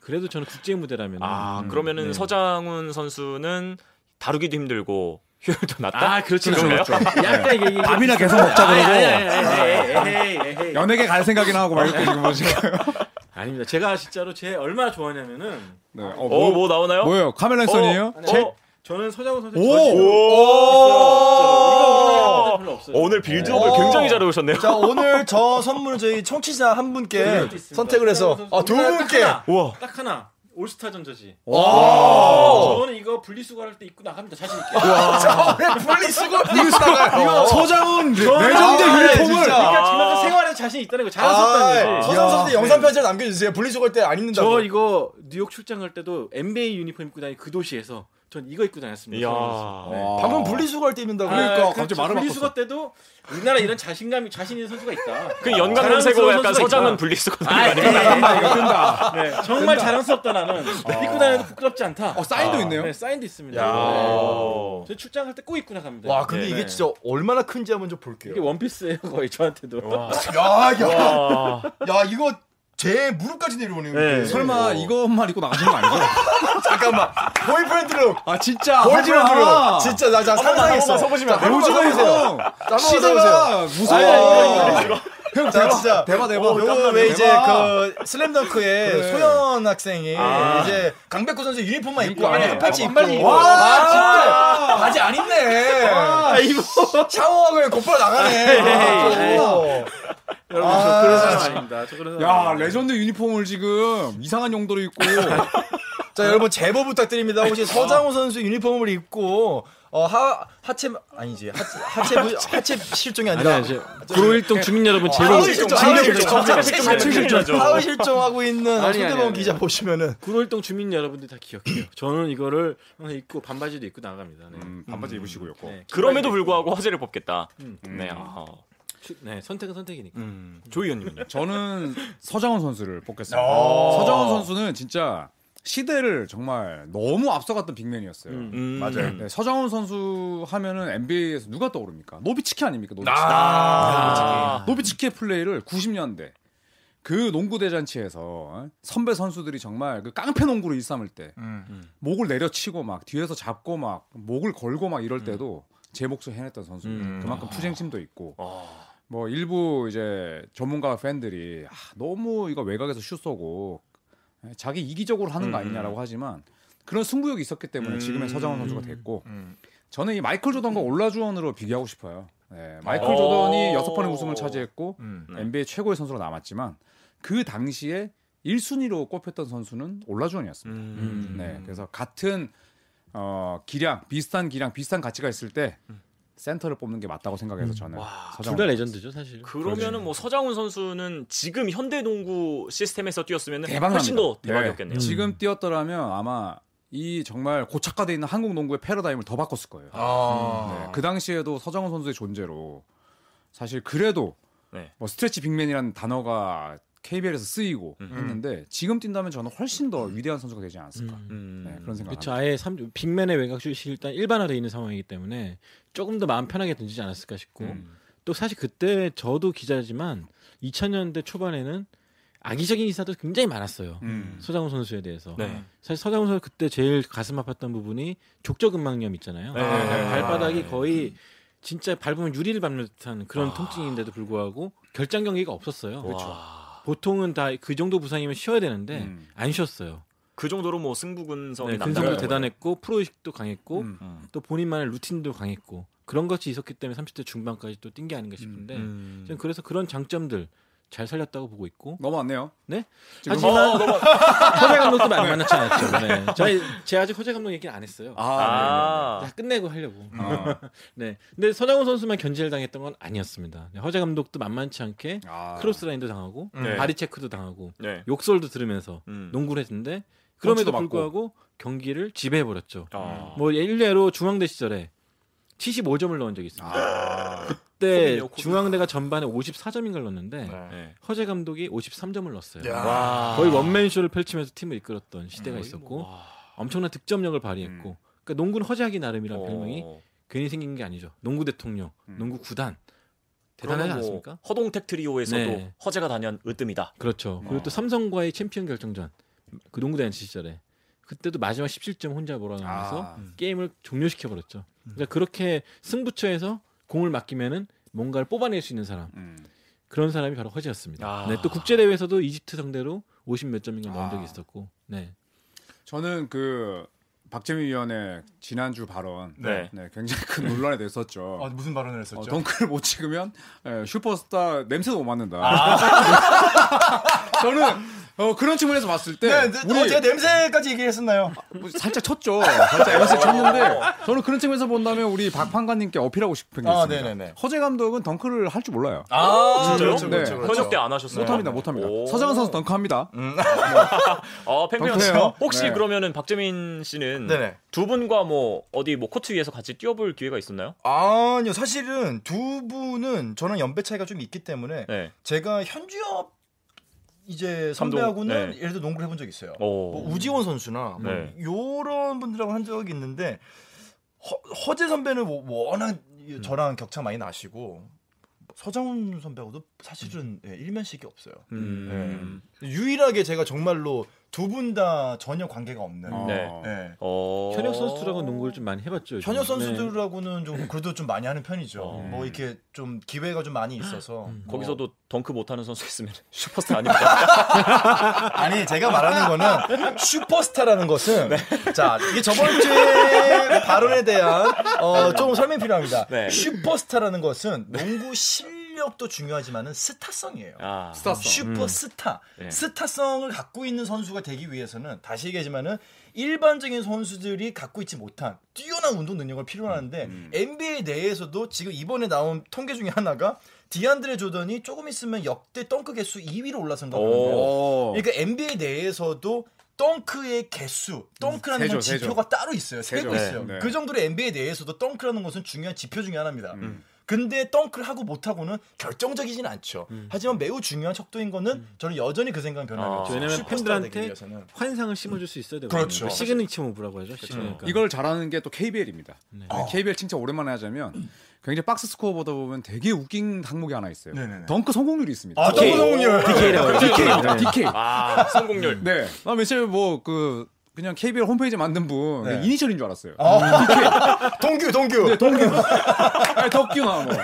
그래도 저는 국제 무대라면 아 음, 그러면은 네. 서장훈 선수는 다루기도 힘들고 효율도 낮다. 아 그렇죠 그런가요? 그렇죠 약간 이게, 이게 밥이나 계속 먹자 아니, 아니, 그러고 아니, 아니, 아니, 에이, 에이, 에이, 에이. 연예계 갈 생각이나 하고 말고 지금 뭐 지금. 아닙니다 제가 진짜로 제 얼마나 좋아하냐면은 네. 어, 어 뭐, 뭐 나오나요? 뭐예요? 카메라 선이에요? 아니, 제- 어, 저는 서장훈 선수 네. 오! 이거 별로 없어요 오늘 빌드업을 네. 굉장히 잘 오셨네요. 자 오늘 저 선물 저희 청취자 한 네, 분께 선택을 해서 아, 두 분께 딱 하나, 우와. 딱 하나 올스타전 저지 와. 저는 이거 분리수거 할때 입고 나갑니다 자신 있게 분리수거 어. 이거 서장훈 레전드 유니폼을 그러니까 지금 생활에 자신 있다는 거 자랑스럽다는 거지 아, 예. 네. 아, 서장 선수 영상 편지를 남겨주세요. 분리수거 할 때 안 저 입는다고. 이거 뉴욕 출장 갈 때도 NBA 유니폼 입고 다니 그 도시에서 전 이거 입고 다녔습니다. 이야. 와. 아. 방금 분리수거 할 때 입는다고. 네, 그러니까 그렇죠. 갑자기 말을 아, 분리수거 때도 우리나라 이런 자신감이 자신 있는 선수가 있다. 아, 그 연관 세고 자랑스러운 약간 선수가 서장훈 있다. 분리수거 아, 예, 예, 아, 예. 이거 뜬다. 네, 정말 자랑스럽다 나는 입고 다녀도 부끄럽지 않다. 어, 사인도 있네요. 네, 사인도 있습니다. 야. 네. 저 출장 갈 때 꼭 입고 나갑니다. 와 근데 네, 이게 네. 진짜 얼마나 큰지 한번 좀 볼게요. 이게 원피스예요 거의 저한테도. 야, 야, 아. 와. 야, 이거 제 무릎까지 내려오네요. 이렇게. 설마 이것만 입고 나가신 거 아니죠? 잠깐만. 보이프렌드로. 아 진짜 아, 보이프렌드로. 진짜 나, 나 상상했어. 서보시면 자, 한번 요즘 써보세요. 형 한번 시대가 써보세요. 무서워. 아, 형 자, 대박 진짜. 대박 대박. 어, 요거 왜 이제 그 슬램덩크에 그래. 소연 학생이 아. 이제 강백호 선수 유니폼만 입고 유니폼. 안에 반팔치 아, 입고 반팔 입고. 와, 아, 진짜 바지 안 입네. 샤워하고 곧바로 나가네. 아. 에이, 아, 여러분 아, 저 그런 진짜. 사람 아닙니다. 저 그런 사람. 야 아닙니다. 레전드 유니폼을 지금 이상한 용도로 입고 자 여러분 제보 부탁드립니다. 혹시 서장훈 선수 유니폼을 입고 어, 하 하체 아니지 하체 하체, 부- 하체 실종이 아니라 어, 아니야, 이제 구로일동 주민 여러분 제보 하울 실종, 하울 실종, 진짜 실종, 실종, 실종, 실종. 실종. 하울 실종하고 있는 아니, 아니, 손대범 아니. 기자 보시면은 구로일동 주민 여러분들 다 기억해요. 저는 이거를 항상 입고 반바지도 입고 나갑니다. 네. 음, 반바지 입으시고요. 꼭. 네. 그럼에도 불구하고 허재를 뽑겠다. 음. 네. 아. 추- 네, 선택은 선택이니까. 조의원님은요 저는 서장훈 선수를 뽑겠습니다. 오. 서장훈 선수는 진짜 시대를 정말 너무 앞서갔던 빅맨이었어요. 음. 맞아요. 네, 서장훈 선수 하면은 NBA에서 누가 떠오릅니까? 노비츠키 아닙니까? 노비츠키. 아. 노비츠키의 플레이를 90년대 그 농구 대잔치에서 선배 선수들이 정말 그 깡패 농구로 일삼을 때 음, 목을 내려치고 막 뒤에서 잡고 막 목을 걸고 막 이럴 때도 제 몫을 해냈던 선수. 음. 그만큼 투쟁심도 있고 아. 뭐 일부 이제 전문가 팬들이 아, 너무 이거 외곽에서 슛 쏘고 예, 자기 이기적으로 하는 거 음. 아니냐라고 하지만 그런 승부욕이 있었기 때문에 음. 지금의 서장훈 선수가 됐고 음. 저는 이 마이클 조던과 올라주원으로 비교하고 싶어요. 네, 마이클 어. 음. 조던이 여섯 번의 우승을 차지했고 네. NBA 최고의 선수로 남았지만 그 당시에 1순위로 꼽혔던 선수는 올라주원이었습니다. 음. 네, 그래서 같은 어, 기량, 비슷한 기량, 비슷한 가치가 있을 때 음. 센터를 뽑는 게 맞다고 생각해서 저는 둘 서장훈 다 레전드죠, 음. 사실. 그러면은 뭐 서장훈 선수는 지금 현대 농구 시스템에서 뛰었으면 대박 훨씬 더 대박이었겠네요. 음. 지금 뛰었더라면 아마 이 정말 고착화돼 있는 한국 농구의 패러다임을 더 바꿨을 거예요. 아. 네, 그 당시에도 서정훈 선수의 존재로 사실 그래도 네. 뭐 스트레치 빅맨이라는 단어가 KBL에서 쓰이고 음. 했는데 지금 뛴다면 저는 훨씬 더 위대한 선수가 되지 않았을까 음. 네, 그런 생각. 그렇죠. 아예 삼, 빅맨의 외곽슛이 일단 일반화돼 있는 상황이기 때문에 조금 더 마음 편하게 던지지 않았을까 싶고 음. 또 사실 그때 저도 기자지만 2000년대 초반에는 악의적인 기사도 굉장히 많았어요. 음. 서장훈 선수에 대해서. 네. 사실 서장훈 선수 그때 제일 가슴 아팠던 부분이 족저근막염 있잖아요. 네. 발바닥이 거의 진짜 밟으면 유리를 밟는 듯한 그런 통증인데도 불구하고 결장 경기가 없었어요. 아. 그렇죠. 와. 보통은 다 그 정도 부상이면 쉬어야 되는데 음. 안 쉬었어요. 그 정도로 뭐 승부근성이 네, 남다른 근성도 거예요. 대단했고 프로 의식도 강했고 음. 음. 또 본인만의 루틴도 강했고 그런 것이 있었기 때문에 30대 중반까지 또 뛴 게 아닌가 싶은데 음. 저는 그래서 그런 장점들 잘 살렸다고 보고 있고 넘어왔네요. 네 지금- 어. 하지만 허재 감독도 많이 만나지 않았죠. 네. 저희 제가 아직 허재 감독 얘기는 안 했어요. 아. 다 끝내고 하려고. 네, 네, 네. 어. 네. 근데 서장훈 선수만 견제를 당했던 건 아니었습니다. 네, 허재 감독도 만만치 않게 아. 크로스 라인도 당하고 음. 네. 바디 체크도 당하고 네. 욕설도 들으면서 음. 농구를 했는데 펀치도 그럼에도 맞고. 불구하고 경기를 지배해 버렸죠. 아. 뭐 일례로 중앙대 시절에 75점을 넣은 적이 있습니다. 아, 그때 고민이요, 고민. 중앙대가 전반에 54점인걸 넣었는데 네. 허재 감독이 53점을 넣었어요. 야. 와. 거의 뭐 원맨쇼를 펼치면서 팀을 이끌었던 시대가 거의 있었고 뭐, 와. 엄청난 득점력을 발휘했고 그러니까 농구는 허재하기 뭐, 나름이라는 별명이 어. 괜히 생긴 게 아니죠. 농구 대통령, 음. 농구 구단 그러면 대단하지 뭐 않습니까? 허동택 트리오에서도 네. 허재가 다녀온 으뜸이다. 그렇죠. 어. 그리고 또 삼성과의 챔피언 결정전 그 농구 대잔치 시절에 그때도 마지막 17점 혼자 몰아넣으면서 아, 게임을 종료시켜 버렸죠. 그러니까 그렇게 승부처에서 공을 맡기면은 뭔가를 뽑아낼 수 있는 사람 음. 그런 사람이 바로 허재였습니다. 아. 네, 또 국제 대회에서도 이집트 상대로 50 몇 점인가 넣은 아. 적이 있었고, 네, 저는 그 박재민 위원의 지난주 발언 네. 네. 굉장히 큰 논란이 됐었죠. 아, 무슨 발언을 어, 했었죠? 덩크를 못 찍으면 예, 슈퍼스타 냄새도 못 맡는다. 저는 어, 그런 측면에서 봤을 때 아. 네, 네, 우리 어, 제가 냄새까지 얘기했었나요? 뭐 살짝 쳤죠. 살짝 어. 에너지 쳤는데 저는 그런 측면에서 본다면 우리 박 판관님께 어필하고 싶은 게 아, 있습니다. 네네네. 허재 감독은 덩크를 할 줄 몰라요. 아, 진짜요? 그렇죠, 그렇죠, 네. 그렇죠. 현역 때 안 하셨어요? 못합니다, 못합니다. 오. 서정은 선수 덩크합니다. 어, 팬클럽 덩크네요. 혹시 네. 그러면은 박재민 씨는 네네. 두 분과 뭐 어디 뭐 코트 위에서 같이 뛰어볼 기회가 있었나요? 아니요, 사실은 두 분은 저랑 연배 차이가 좀 있기 때문에 네. 제가 현주엽 이제 감독, 선배하고는 네. 예를 들어 농구를 해본 적이 있어요. 오. 뭐 우지원 선수나 뭐 네. 요런 분들하고 한 적이 있는데 허, 재 선배는 뭐- 뭐 워낙 이- 음. 저랑 격차 많이 나시고 서장훈 선배하고도 사실은 예, 일면식이 없어요. 음. 예. 유일하게 제가 정말로 두 분 다 전혀 관계가 없는 어. 네. 예. 어. 현역 선수들하고 농구를 좀 많이 해봤죠. 네. 요즘에. 현역 선수들하고는 좀 그래도 좀 많이 하는 편이죠. 어. 뭐 이렇게 좀 기회가 좀 많이 있어서 음. 뭐- 거기서도 덩크 못하는 선수 있으면 슈퍼스타 아닙니다. 아니 제가 말하는 거는 슈퍼스타라는 것은 자 이게 저번 주에 발언에 대한 어, 조금 설명 이 필요합니다. 네. 슈퍼스타라는 것은 농구 실력도 중요하지만은 스타성이에요. 아. 스타성. 슈퍼스타 음. 네. 스타성을 갖고 있는 선수가 되기 위해서는 다시 얘기하지만은 일반적인 선수들이 갖고 있지 못한 뛰어난 운동 능력을 필요로 하는데 NBA 내에서도 지금 이번에 나온 통계 중에 하나가 디안드레 조던이 조금 있으면 역대 덩크 개수 2위로 올라선다고 하는데요. 오. 그러니까 NBA 내에서도 덩크의 개수, 덩크라는 세죠, 건 지표가 따로 있어요. 세고 세죠. 있어요. 네, 네. 그 정도로 NBA 내에서도 덩크라는 것은 중요한 지표 중에 하나입니다. 음. 근데 덩크를 하고 못하고는 결정적이진 않죠. 음. 하지만 매우 중요한 척도인 거는 저는 여전히 그 생각은 변함이 아. 없어요. 왜냐면 슈퍼스타가 되기 팬들한테 음. 위해서는. 환상을 심어줄 수 있어야 되거든요. 그렇죠. 그러니까 시그니처 무브라고 하죠. 시그니처. 그러니까 이걸 잘하는 게 또 KBL입니다. 네. KBL 칭찬 오랜만에 하자면 굉장히 박스 스코어 보다 보면 되게 웃긴 항목이 하나 있어요. 네네네. 덩크 네, 성공률이 있습니다. 아, 덩크 성공률. 아, 네. DK라고 DK입니다. DK. 아, 성공률. 네. 나 맨날 뭐그 그냥 KBL 홈페이지 만든 분 네. 이니셜인 줄 알았어요. 아, 동규, 동규. 네, 동규. 아니, 덕규나 뭐. 네.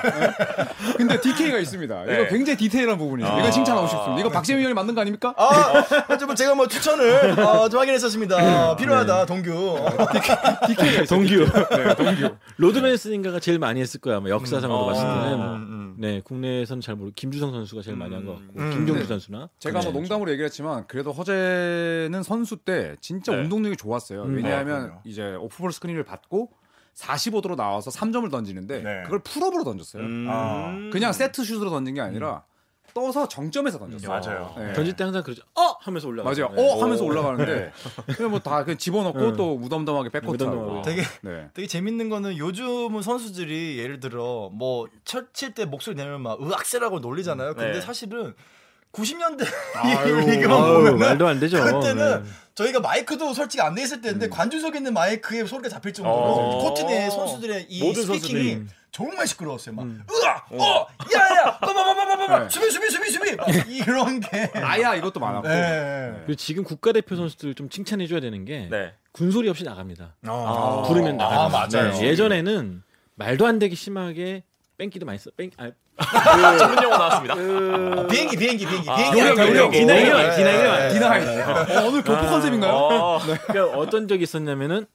근데 DK가 있습니다. 네. 이거 굉장히 디테일한 부분이죠. 아. 이거 칭찬하고 싶습니다. 이거 박재민 형이 만든 거 아닙니까? 아, 좀 제가 뭐 추천을 어, 좀 확인했었습니다. 필요하다, 동규. 네, DK가 있어요. 동규 네, 동규. 로드맨스인가가 제일 많이 했을 거야. 아마 역사상으로 음. 봤을 때는. 아. 뭐. 네, 국내에서는 잘 모르. 김주성 선수가 제일 많이 한 것 같고 음. 김종규 네. 선수나. 제가 뭐 그런 농담으로 얘기했지만 그래도 허재는 선수 때 진짜 네. 운동력이 좋았어요. 음. 아, 왜냐하면 그럼요. 이제 오프볼 스크린을 받고 45도로 나와서 3점을 던지는데 네. 그걸 풀업으로 던졌어요. 음. 아. 그냥 세트 슛으로 던진 게 아니라 떠서 정점에서 던졌어요. 맞아요. 네. 던질 때 항상 그러죠. 어 하면서 올라. 맞아요. 어 하면서 올라가는데 그냥 뭐다 그냥 집어넣고 또 무덤덤하게 백코트하고 어. 무덤덤하게. 되게 네. 되게 재밌는 거는 요즘은 선수들이 예를 들어 뭐 철칠 때 목소리 내면 막 으악세라고 놀리잖아요. 근데 네. 사실은 90년대 아유, 리그만 네. 아유, 보면 말도 안 되죠. 그때는 네. 저희가 마이크도 솔직히 안 돼 있을 때인데 관중석에 있는 마이크에 소리가 잡힐 정도로 어. 코트 내 선수들의 이 모든 스피킹이 선수들이. 정말 시끄러웠어요. 막 으악 어 야야 뭐, 빠바바바바바 네. 수비 수비 수비 수비 막 이런 게 아야 이것도 많았고. 예, 예. 그리고 지금 국가대표 선수들 좀 칭찬해줘야 되는 게 네. 군소리 없이 나갑니다. 아. 부르면 아, 나가는. 맞아요. 네, 예전에는 말도 안 되게 심하게 뺑기도 많이 써. 뺑 아, 그 전문 용어 나왔습니다. 비행기 비행기 비행기 아, 비행기 요령, 할때 요령. 그거. 디나이어, 예, 디나이어, 예, 예. 디나이. 어, 오늘 교포 컨셉인가요? 어. 그러니까 어떤 적이 있었냐면은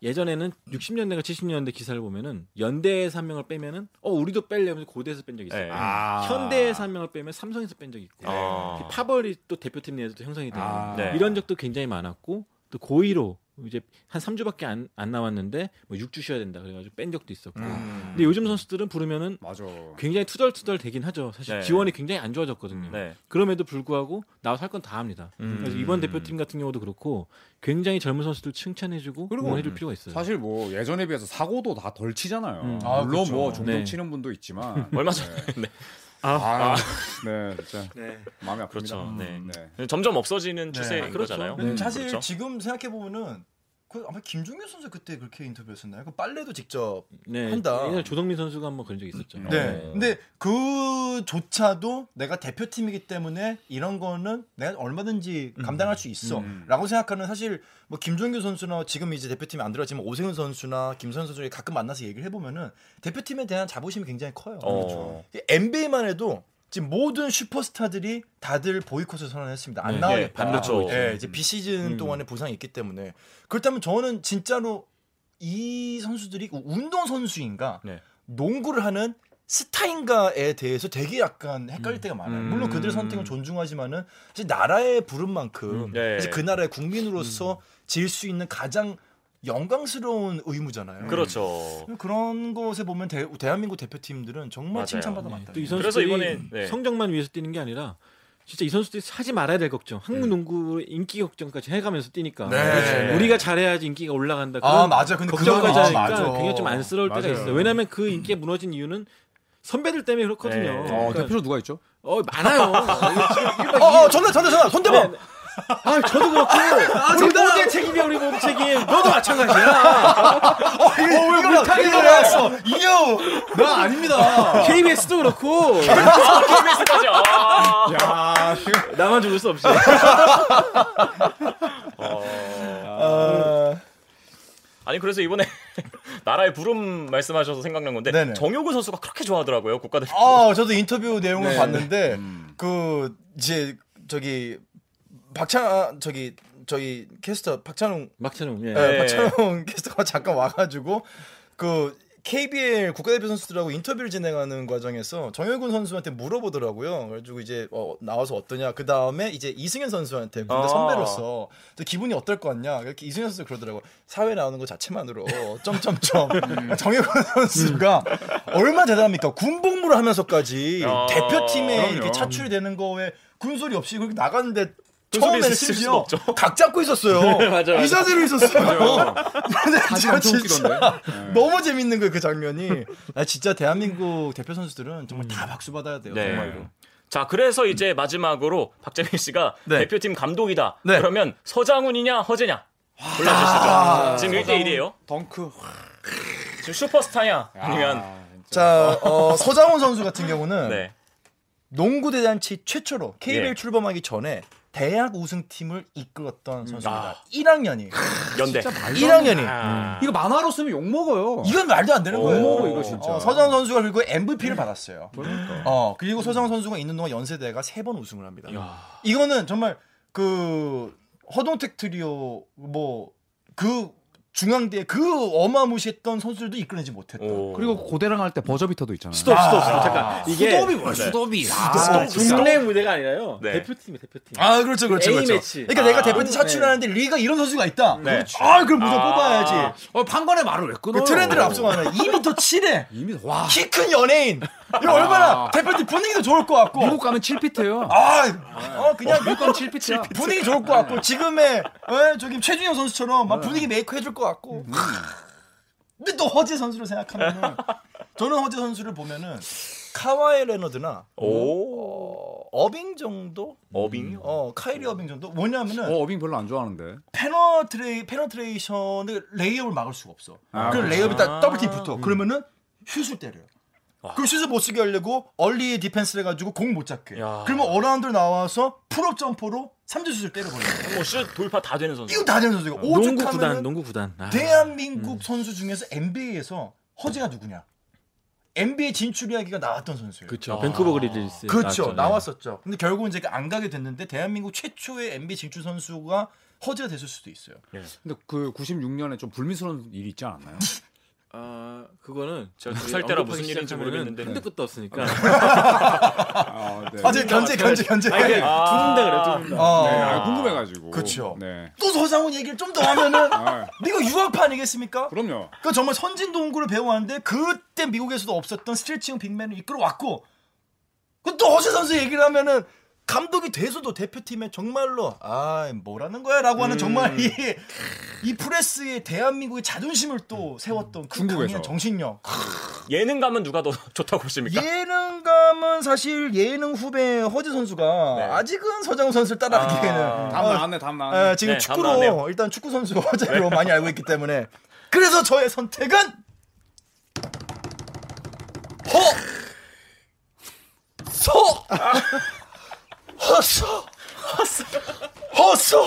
예전에는 60년대가 70년대 기사를 보면은 연대에서 한 명을 빼면은 어 우리도 뺄려면 고대에서 뺀 적이 있어요. 네. 아. 현대에서 한 명을 빼면 삼성에서 뺀 네. 적이 있고 그 아. 이 파벌이 또 대표팀 내에서도 형성이 되고 아. 네. 이런 적도 굉장히 많았고 또 고의로 이제 한 3주밖에 안, 안 나왔는데 뭐 6주 쉬어야 된다 그래가지고 뺀 적도 있었고. 음. 근데 요즘 선수들은 부르면은 맞아. 굉장히 투덜투덜 되긴 하죠. 사실 네. 지원이 굉장히 안 좋아졌거든요. 네. 그럼에도 불구하고 나와서 할 건 다 합니다. 음. 그래서 이번 대표팀 같은 경우도 그렇고 굉장히 젊은 선수들 칭찬해주고 그리고 응원해줄 필요가 있어요. 사실 뭐 예전에 비해서 사고도 다 덜 치잖아요. 음. 아, 물론 그쵸. 뭐 종종 네. 치는 분도 있지만 얼마 전에 네. 아, 네 진짜 마음이 아픕니다. 그렇죠. 네. 네. 점점 없어지는 네. 추세인 그렇죠. 거잖아요. 네. 사실 그렇죠. 지금 생각해 보면은 그 아마 김종규 선수 그때 그렇게 인터뷰했었나요? 그 빨래도 직접 네. 한다. 옛날 조성민 선수가 한번 그런 적이 있었죠. 어. 네. 네. 근데 그조차도 내가 대표팀이기 때문에 이런 거는 내가 얼마든지 감당할 수 음. 있어라고 생각하는 사실 뭐 김종규 선수나 지금 이제 대표팀에 안 들어갔지만 오세훈 선수나 김선 선수 가끔 만나서 얘기를 해보면은 대표팀에 대한 자부심이 굉장히 커요. 어. 그렇죠. NBA만 해도 지금 모든 슈퍼스타들이 다들 보이콧을 선언했습니다. 안 네. 네, 나가겠다. 반대쪽으로. 예, 이제 음. 비시즌 동안에 부상이 있기 때문에 그렇다면 저는 진짜로 이 선수들이 운동 선수인가 네. 농구를 하는 스타인가에 대해서 되게 약간 헷갈릴 때가 많아요. 음. 물론 그들의 선택은 존중하지만은 사실 나라의 부른 만큼 음. 네. 음. 사실 그 나라의 국민으로서 지을 수 있는 가장 영광스러운 의무잖아요. 그렇죠. 음. 그런 것에 보면 대, 한민국 대표팀들은 정말 맞아요. 칭찬받아 네. 마땅해요. 또이 그래서 선수들이 이번엔, 네. 성적만 위해서 뛰는 게 아니라 진짜 이 선수들이 하지 말아야 될 걱정, 한국 농구 인기 걱정까지 해가면서 뛰니까 네. 우리가 잘해야지 인기가 올라간다. 아 그런 맞아. 근데 걱정까지 그건- 하니까 아, 맞아. 굉장히 좀 안쓰러울 때가 맞아요. 있어요. 왜냐하면 그 인기가 무너진 이유는 선배들 때문에 그렇거든요. 네. 어, 어, 그러니까 대표로 누가 있죠? 어 많아요. 어, 어, 전화 전화 전화 손 대봐. 아 저도 그렇고 우리 모두의 책임이야 우리 모두 책임. 너도 마찬가지야. 네. 어왜 물타기를 해왔어? 이겨. 나 아닙니다. KBS도 그렇고 KBS까지. 아. 야, 나만 죽을 수 없이. 어. 아, 아니 그래서 이번에 나라의 부름 말씀하셔서 생각난 건데 네네. 정효구 선수가 그렇게 좋아하더라고요 국가대표. 아, 저도 인터뷰 내용을 네. 봤는데 음. 그 이제 저기 박찬 저기 저희 캐스터 박찬웅 막차는 예. 네. 예, 박찬웅 캐스터가 잠깐 와가지고 그 KBL 국가대표 선수들하고 인터뷰를 진행하는 과정에서 정열군 선수한테 물어보더라고요. 그래가지고 이제 어, 나와서 어떠냐. 그 다음에 이제 이승현 선수한테 군대 아. 선배로서 또 기분이 어떨 것 같냐. 이렇게 이승현 선수 그러더라고. 사회 나오는 것 자체만으로 점점점 정열군 선수가 얼마 나 대단합니까? 군복무를 하면서까지 아, 대표팀에 이렇게 그럼요. 차출이 되는 거에 군소리 없이 그렇게 나갔는데. 군소리 처음에는 있을 수도 심지어 없죠. 각 잡고 있었어요. 맞아, 맞아. 이 자세로 있었어요. 근데 사진 저 진짜 엄청 웃기던데. 네. 너무 재밌는 거예요 그 장면이. 아 진짜 대한민국 대표 선수들은 정말 다 박수 받아야 돼요. 네. 정말로. 자 그래서 이제 마지막으로 박재민 씨가 네. 대표팀 감독이다. 네. 그러면 서장훈이냐 허재냐 골라주시죠. 지금 1대 1이에요. 덩크. 지금 슈퍼스타냐 아니면 아, 진짜. 자 어, 서장훈 선수 같은 경우는 네. 농구 대잔치 최초로 KBL 예. 출범하기 전에 대학 우승팀을 이끌었던 선수입니다. 아. 1학년이. 연대. 1학년이. 아. 이거 만화로 쓰면 욕 먹어요. 이건 말도 안 되는 거예요. 너무 이거 진짜. 어, 서장훈 선수가 그리고 MVP를 받았어요. 그러니까. 어 그리고 서장훈 선수가 있는 동안 연세대가 세 번 우승을 합니다. 이거는 정말 그 허동택 트리오 뭐 그 중앙대 그 어마무시했던 선수들도 이끌어내지 못했다. 오. 뭐, 그리고 고대랑 할 때 버저비터도 있잖아요. 스톱 스톱 스톱 잠깐 이게 수도비 뭐야? 네. 수도비. 수도비. 아, 진짜. 국내 무대가 아니라요. 네. 대표팀이 대표팀. 아 그렇죠 그렇죠 그렇죠. A매치. 네. 그러니까 아. 내가 대표팀 차출하는데 리가 이런 선수가 있다. 네. 그렇지. 아 그럼 무조건 아. 뽑아야지. 어, 판관의 말을 왜 끊어? 그 트렌드를 앞서가는 2m 7에 이미 와. 키 큰 연예인. 이거 얼마나 아. 대표팀 분위기도 좋을 것 같고. 미국 가면 7피트예요. 아, 어 그냥 미국 가면 7피트야. 분위기 좋을 것 같고 지금의 에, 저기 최준영 선수처럼 막 분위기 메이크 해줄 것 같고 근데 또 허재 선수를 생각하면 저는 허재 선수를 보면은 카와이 레너드나 오. 어, 어빙 정도 어빙요. 어 카이리 어빙 정도 뭐냐면은 어, 어빙 별로 안 좋아하는데. 페너트레이 페너트레이션을 레이업을 막을 수가 없어 아, 그 그렇죠. 레이업이 딱 더블 팀 붙어 그러면은 슛을 때려요 그 슛을 못 쓰게 하려고 얼리 디펜스를 해가지고 공 못 잡게 야. 그러면 어라운드로 나와서 풀업 점퍼로 삼진슛을 때려버려요 뭐슛 돌파 다 되는 선수. 이거 다 되는 선수가 농구 구단 오죽하면 농구 구단. 아. 뭐 대한민국 선수 중에서 NBA에서 허재가 누구냐? NBA 진출 이야기가 나왔던 선수예요. 그렇죠. 아. 밴쿠버 그리즐스. 그렇죠. 나왔잖아요. 나왔었죠. 근데 결국은 이제 그 안 가게 됐는데 대한민국 최초의 NBA 진출 선수가 허재가 됐을 수도 있어요. 근데 그 96년에 좀 불미스러운 일이 있지 않았나요? 아 그거는 제가 저희 두살 때라 언급하기 무슨 일인지 시작하면은 모르겠는데. 한도 끝도 없으니까 아, 네. 아, 제 견제, 견제, 견제. 아, 이게 아. 두분다 그래요 두분다 어. 네, 아, 궁금해가지고. 그쵸. 네. 또 서장훈 얘기를 좀 더 하면은 아, 미국 유학파 아니겠습니까? 그럼요. 그 정말 선진 동구를 배워왔는데 그때 미국에서도 없었던 스트레칭 빅맨을 이끌어왔고 그또 허재 선수 얘기를 하면은 감독이 돼서도 대표팀에 정말로 아 뭐라는 거야라고 음. 하는 정말 이, 이 프레스의 대한민국의 자존심을 또 세웠던 그 음. 중국에서. 아, 강인한 정신력 예능감은 누가 더 좋다고 보십니까? 예? 예능감은 사실 예능 후배 허재 선수가 네. 아직은 서장훈 선수를 따라하기에는 아, 다음 나왔네, 다음 나왔네. 예, 지금 네, 다음 나왔네요. 네. 축구로 일단 축구 선수 허재로 많이 알고 있기 때문에 그래서 저의 선택은 허 소 허소 허소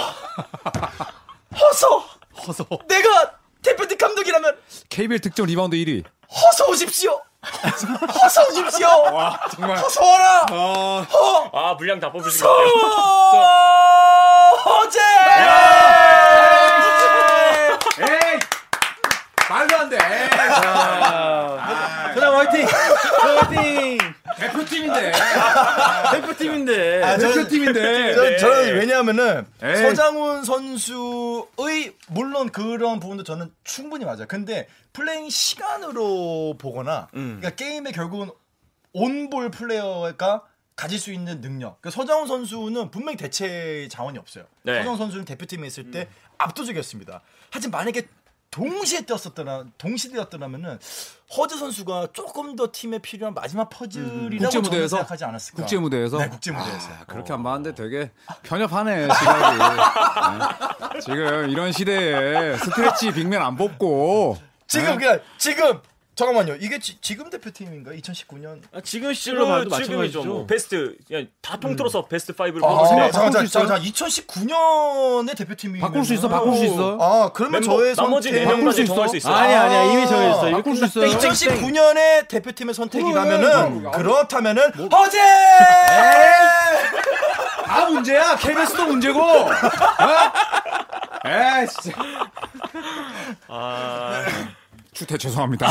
허소 허서. 내가 대표팀 감독이라면 KBL 득점 리바운드 1위. 허소 오십시오 허소 오십시오 와, 아, 정말. 허소 와라 아, 허 아 분량 다 뽑으신 소 것 같아요. 어. 허재 에이! 말도 안 돼. 에이, 그다음 화이팅 화이팅 대표팀인데. 대표팀인데 아, 저는- 대표팀인데. 저, 네. 저는 왜냐하면은 에이. 서장훈 선수의 물론 그런 부분도 저는 충분히 맞아요. 근데 플레잉 시간으로 보거나 음. 그러니까 게임에 결국은 온볼 플레이어가 가질 수 있는 능력. 그러니까 서장훈 선수는 분명히 대체 자원이 없어요. 네. 서장훈 선수는 대표팀에 있을 음. 때 압도적이었습니다. 하지만 만약에 동시에 뛰었었더라 동시에 뛰었더라면은 허재 선수가 조금 더 팀에 필요한 마지막 퍼즐이라고 국제 저는 무대에서? 생각하지 않았을까. 국제 무대에서? 네, 국제 무대에서. 아, 그렇게 안 봤는데 되게 편협하네 시각이. 네. 지금 이런 시대에 스트레치 빅맨 안 뽑고 네? 지금 그냥 지금 잠깐만요. 이게 지, 금 대표팀인가? 2019년. 아, 지금 시절로 봐도 지금이죠. 뭐 마찬가지죠 베스트 그냥 다 통틀어서 베스트 5를 아, 뽑으시면 생각- 바꿀 수 있어요? 2019년의 대표팀이 바꿀 수 있어, 바꿀 수 있어. 아, 그러면 멤버 저의 나머지 네 선택. 바꿀 명까지 수 있어? 정할 수 있어요. 아니 아니야 이미 정해졌어 이미 바꿀 수 있어요. 끝났- 2019년의 대표팀의 선택이라면은 그래. 그렇다면은 뭐. 허재! 네. 다 문제야. KBS도 문제고. 어? 아, 에이 진짜. 아, 주태 죄송합니다.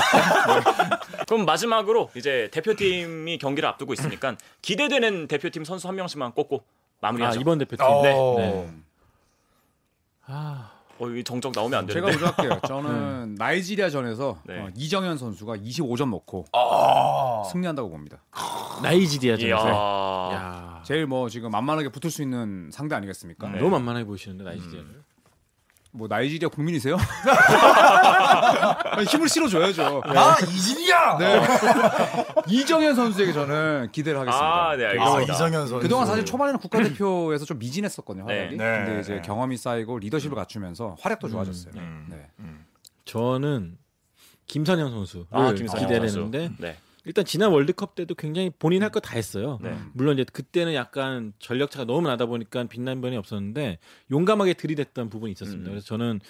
그럼 마지막으로 이제 대표팀이 경기를 앞두고 있으니까 기대되는 대표팀 선수 한 명씩만 꼽고 아 마무리하죠. 이번 대표팀 어. 네. 네. 아, 어, 이 정적 나오면 안 제가 되는데. 먼저 할게요. 저는 나이지리아전에서 네. 아. 어, 이정현 선수가 25점 넣고 아, 승리한다고 봅니다. 나이지리아 이야. 전세 야 제일 뭐 지금 만만하게 붙을 수 있는 상대 아니겠습니까? 네. 너무 만만하게 보이시는데 나이지리아 를 뭐 나이지리아 국민이세요? 아니, 힘을 실어줘야죠. 아, 이진이야. 네. 이정현 선수에게 저는 기대를 하겠습니다. 아, 네, 아, 알겠습니다. 이정현 선수. 그동안 사실 초반에는 국가대표에서 좀 미진했었거든요, 활약이. 네. 네. 근데 이제 네. 경험이 쌓이고 리더십을 갖추면서 활약도 좋아졌어요. 음. 네. 저는 김선영 선수를 아, 김선영 선수. 기대되는데 네. 일단 지난 월드컵 때도 굉장히 본인 할 거 다 했어요. 네. 물론 이제 그때는 약간 전력차가 너무 나다 보니까 빛난 면이 없었는데 용감하게 들이댔던 부분이 있었습니다. 음. 그래서 저는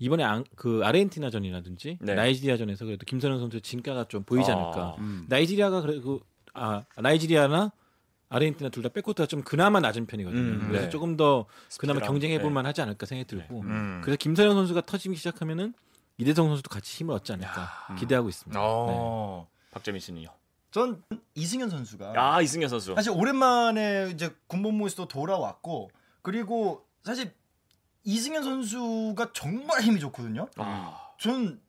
이번에 안- 그 아르헨티나전이라든지 네. 나이지리아전에서 그래도 김선영 선수의 진가가 좀 보이지 않을까. 아. 음. 나이지리아가 그래도 아 나이지리아나 아르헨티나 둘 다 백코트가 좀 그나마 낮은 편이거든요. 음, 그래서 네. 조금 더 그나마 스피드랑, 경쟁해 볼 네. 만하지 않을까 생각이 들고 음. 네. 그래서 김선영 선수가 터지기 시작하면은 이대성 선수도 같이 힘을 얻지 않을까 기대하고 있습니다. 어. 박재민 씨는요. 전 이승현 선수가 아, 이승현 그렇죠. 선수. 사실 오랜만에 이제 군복무에서도 돌아왔고 그리고 사실 이승현 선수가 정말 힘이 좋거든요. 아. 전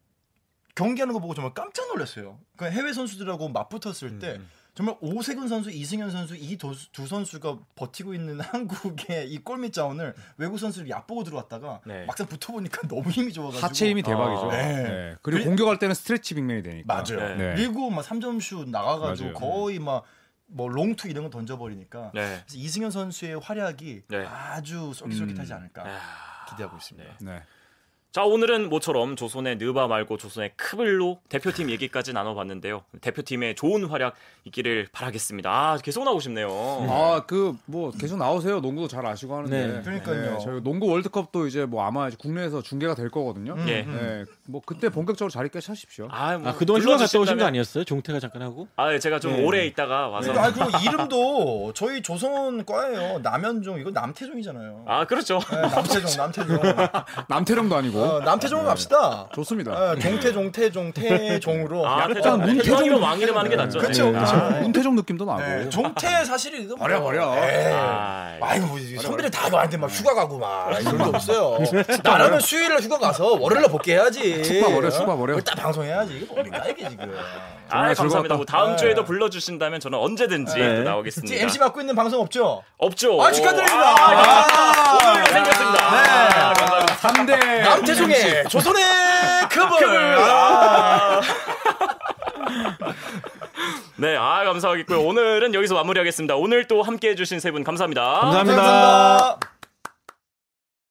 경기하는 거 보고 정말 깜짝 놀랐어요. 그 해외 선수들하고 맞붙었을 음. 때 음. 정말 오세근 선수, 이승현 선수 이 두 선수가 버티고 있는 한국의 이 골밑 자원을 외국 선수를 얕보고 들어왔다가 네. 막상 붙어보니까 너무 힘이 좋아가지고 하체 힘이 대박이죠. 아. 네. 네. 그리고 그리- 공격할 때는 스트레치 빅맨이 되니까. 맞아요. 네. 그리고 막 3점슛 나가가지고 맞아요. 거의 막 뭐 롱투 이런 거 던져버리니까 네. 그래서 이승현 선수의 활약이 네. 아주 쏠깃쏠깃하지 음. 않을까 기대하고 있습니다. 네. 자 오늘은 모처럼 조선의 느바 말고 조선의 크블로 대표팀 얘기까지 나눠봤는데요. 대표팀의 좋은 활약 있기를 바라겠습니다. 아 계속 나오고 싶네요. 어. 아, 그, 뭐, 계속 나오세요. 농구도 잘 아시고 하는데. 네. 그러니까요. 저희 농구 월드컵도 이제 뭐 아마 이제 국내에서 중계가 될 거거든요. 음, 예. 음. 네. 뭐, 그때 본격적으로 자리 꿰차십시오. 아, 뭐 아 그동안 휴가 갔다 오신 불러주신다면- 거 아니었어요? 종태가 잠깐 하고 아 예, 제가 좀 네. 오래 있다가 와서 아 그리고 이름도 저희 조선과예요. 네, 남현종 이거 남태종이잖아요. 아 그렇죠. 네, 남태종 남태종. 남태령도 아니고. 어, 네. 남태종으로 갑시다. 좋습니다. 아, 종태 종태 종태 종으로. 아, 약간 태종, 문태종 태종이면 왕이름 하는 게 낫죠. 그렇죠. 네. 그렇죠. 아, 문태종 느낌도 나고. 네. 네, 종태 사실이 이거 버려, 뭐, 버려. 예. 아, 아이고 뭐 선배들 다 나한테 막 휴가 가고 막 이런 아. 거 없어요. 나라면 수요일 날 휴가 가서 월요일 날 복귀해야지. 축바 버려, 축바 버려. 그걸 다 방송해야지. 이게 뭡니까 이게 지금. 아, 즐거웠다. 감사합니다. 뭐 다음 주에도 불러주신다면 저는 언제든지 또 나오겠습니다. 지금 MC 맡고 있는 방송 없죠? 없죠. 아 축하드립니다. 아, 네. 아, 오늘 생겼습니다. 아, 감사합니다. 3대 남태종의 조선의 급을. 아, 네, 아 감사하겠고요. 오늘은 여기서 마무리하겠습니다. 오늘 또 함께해 주신 세 분 감사합니다. 감사합니다. 감사합니다.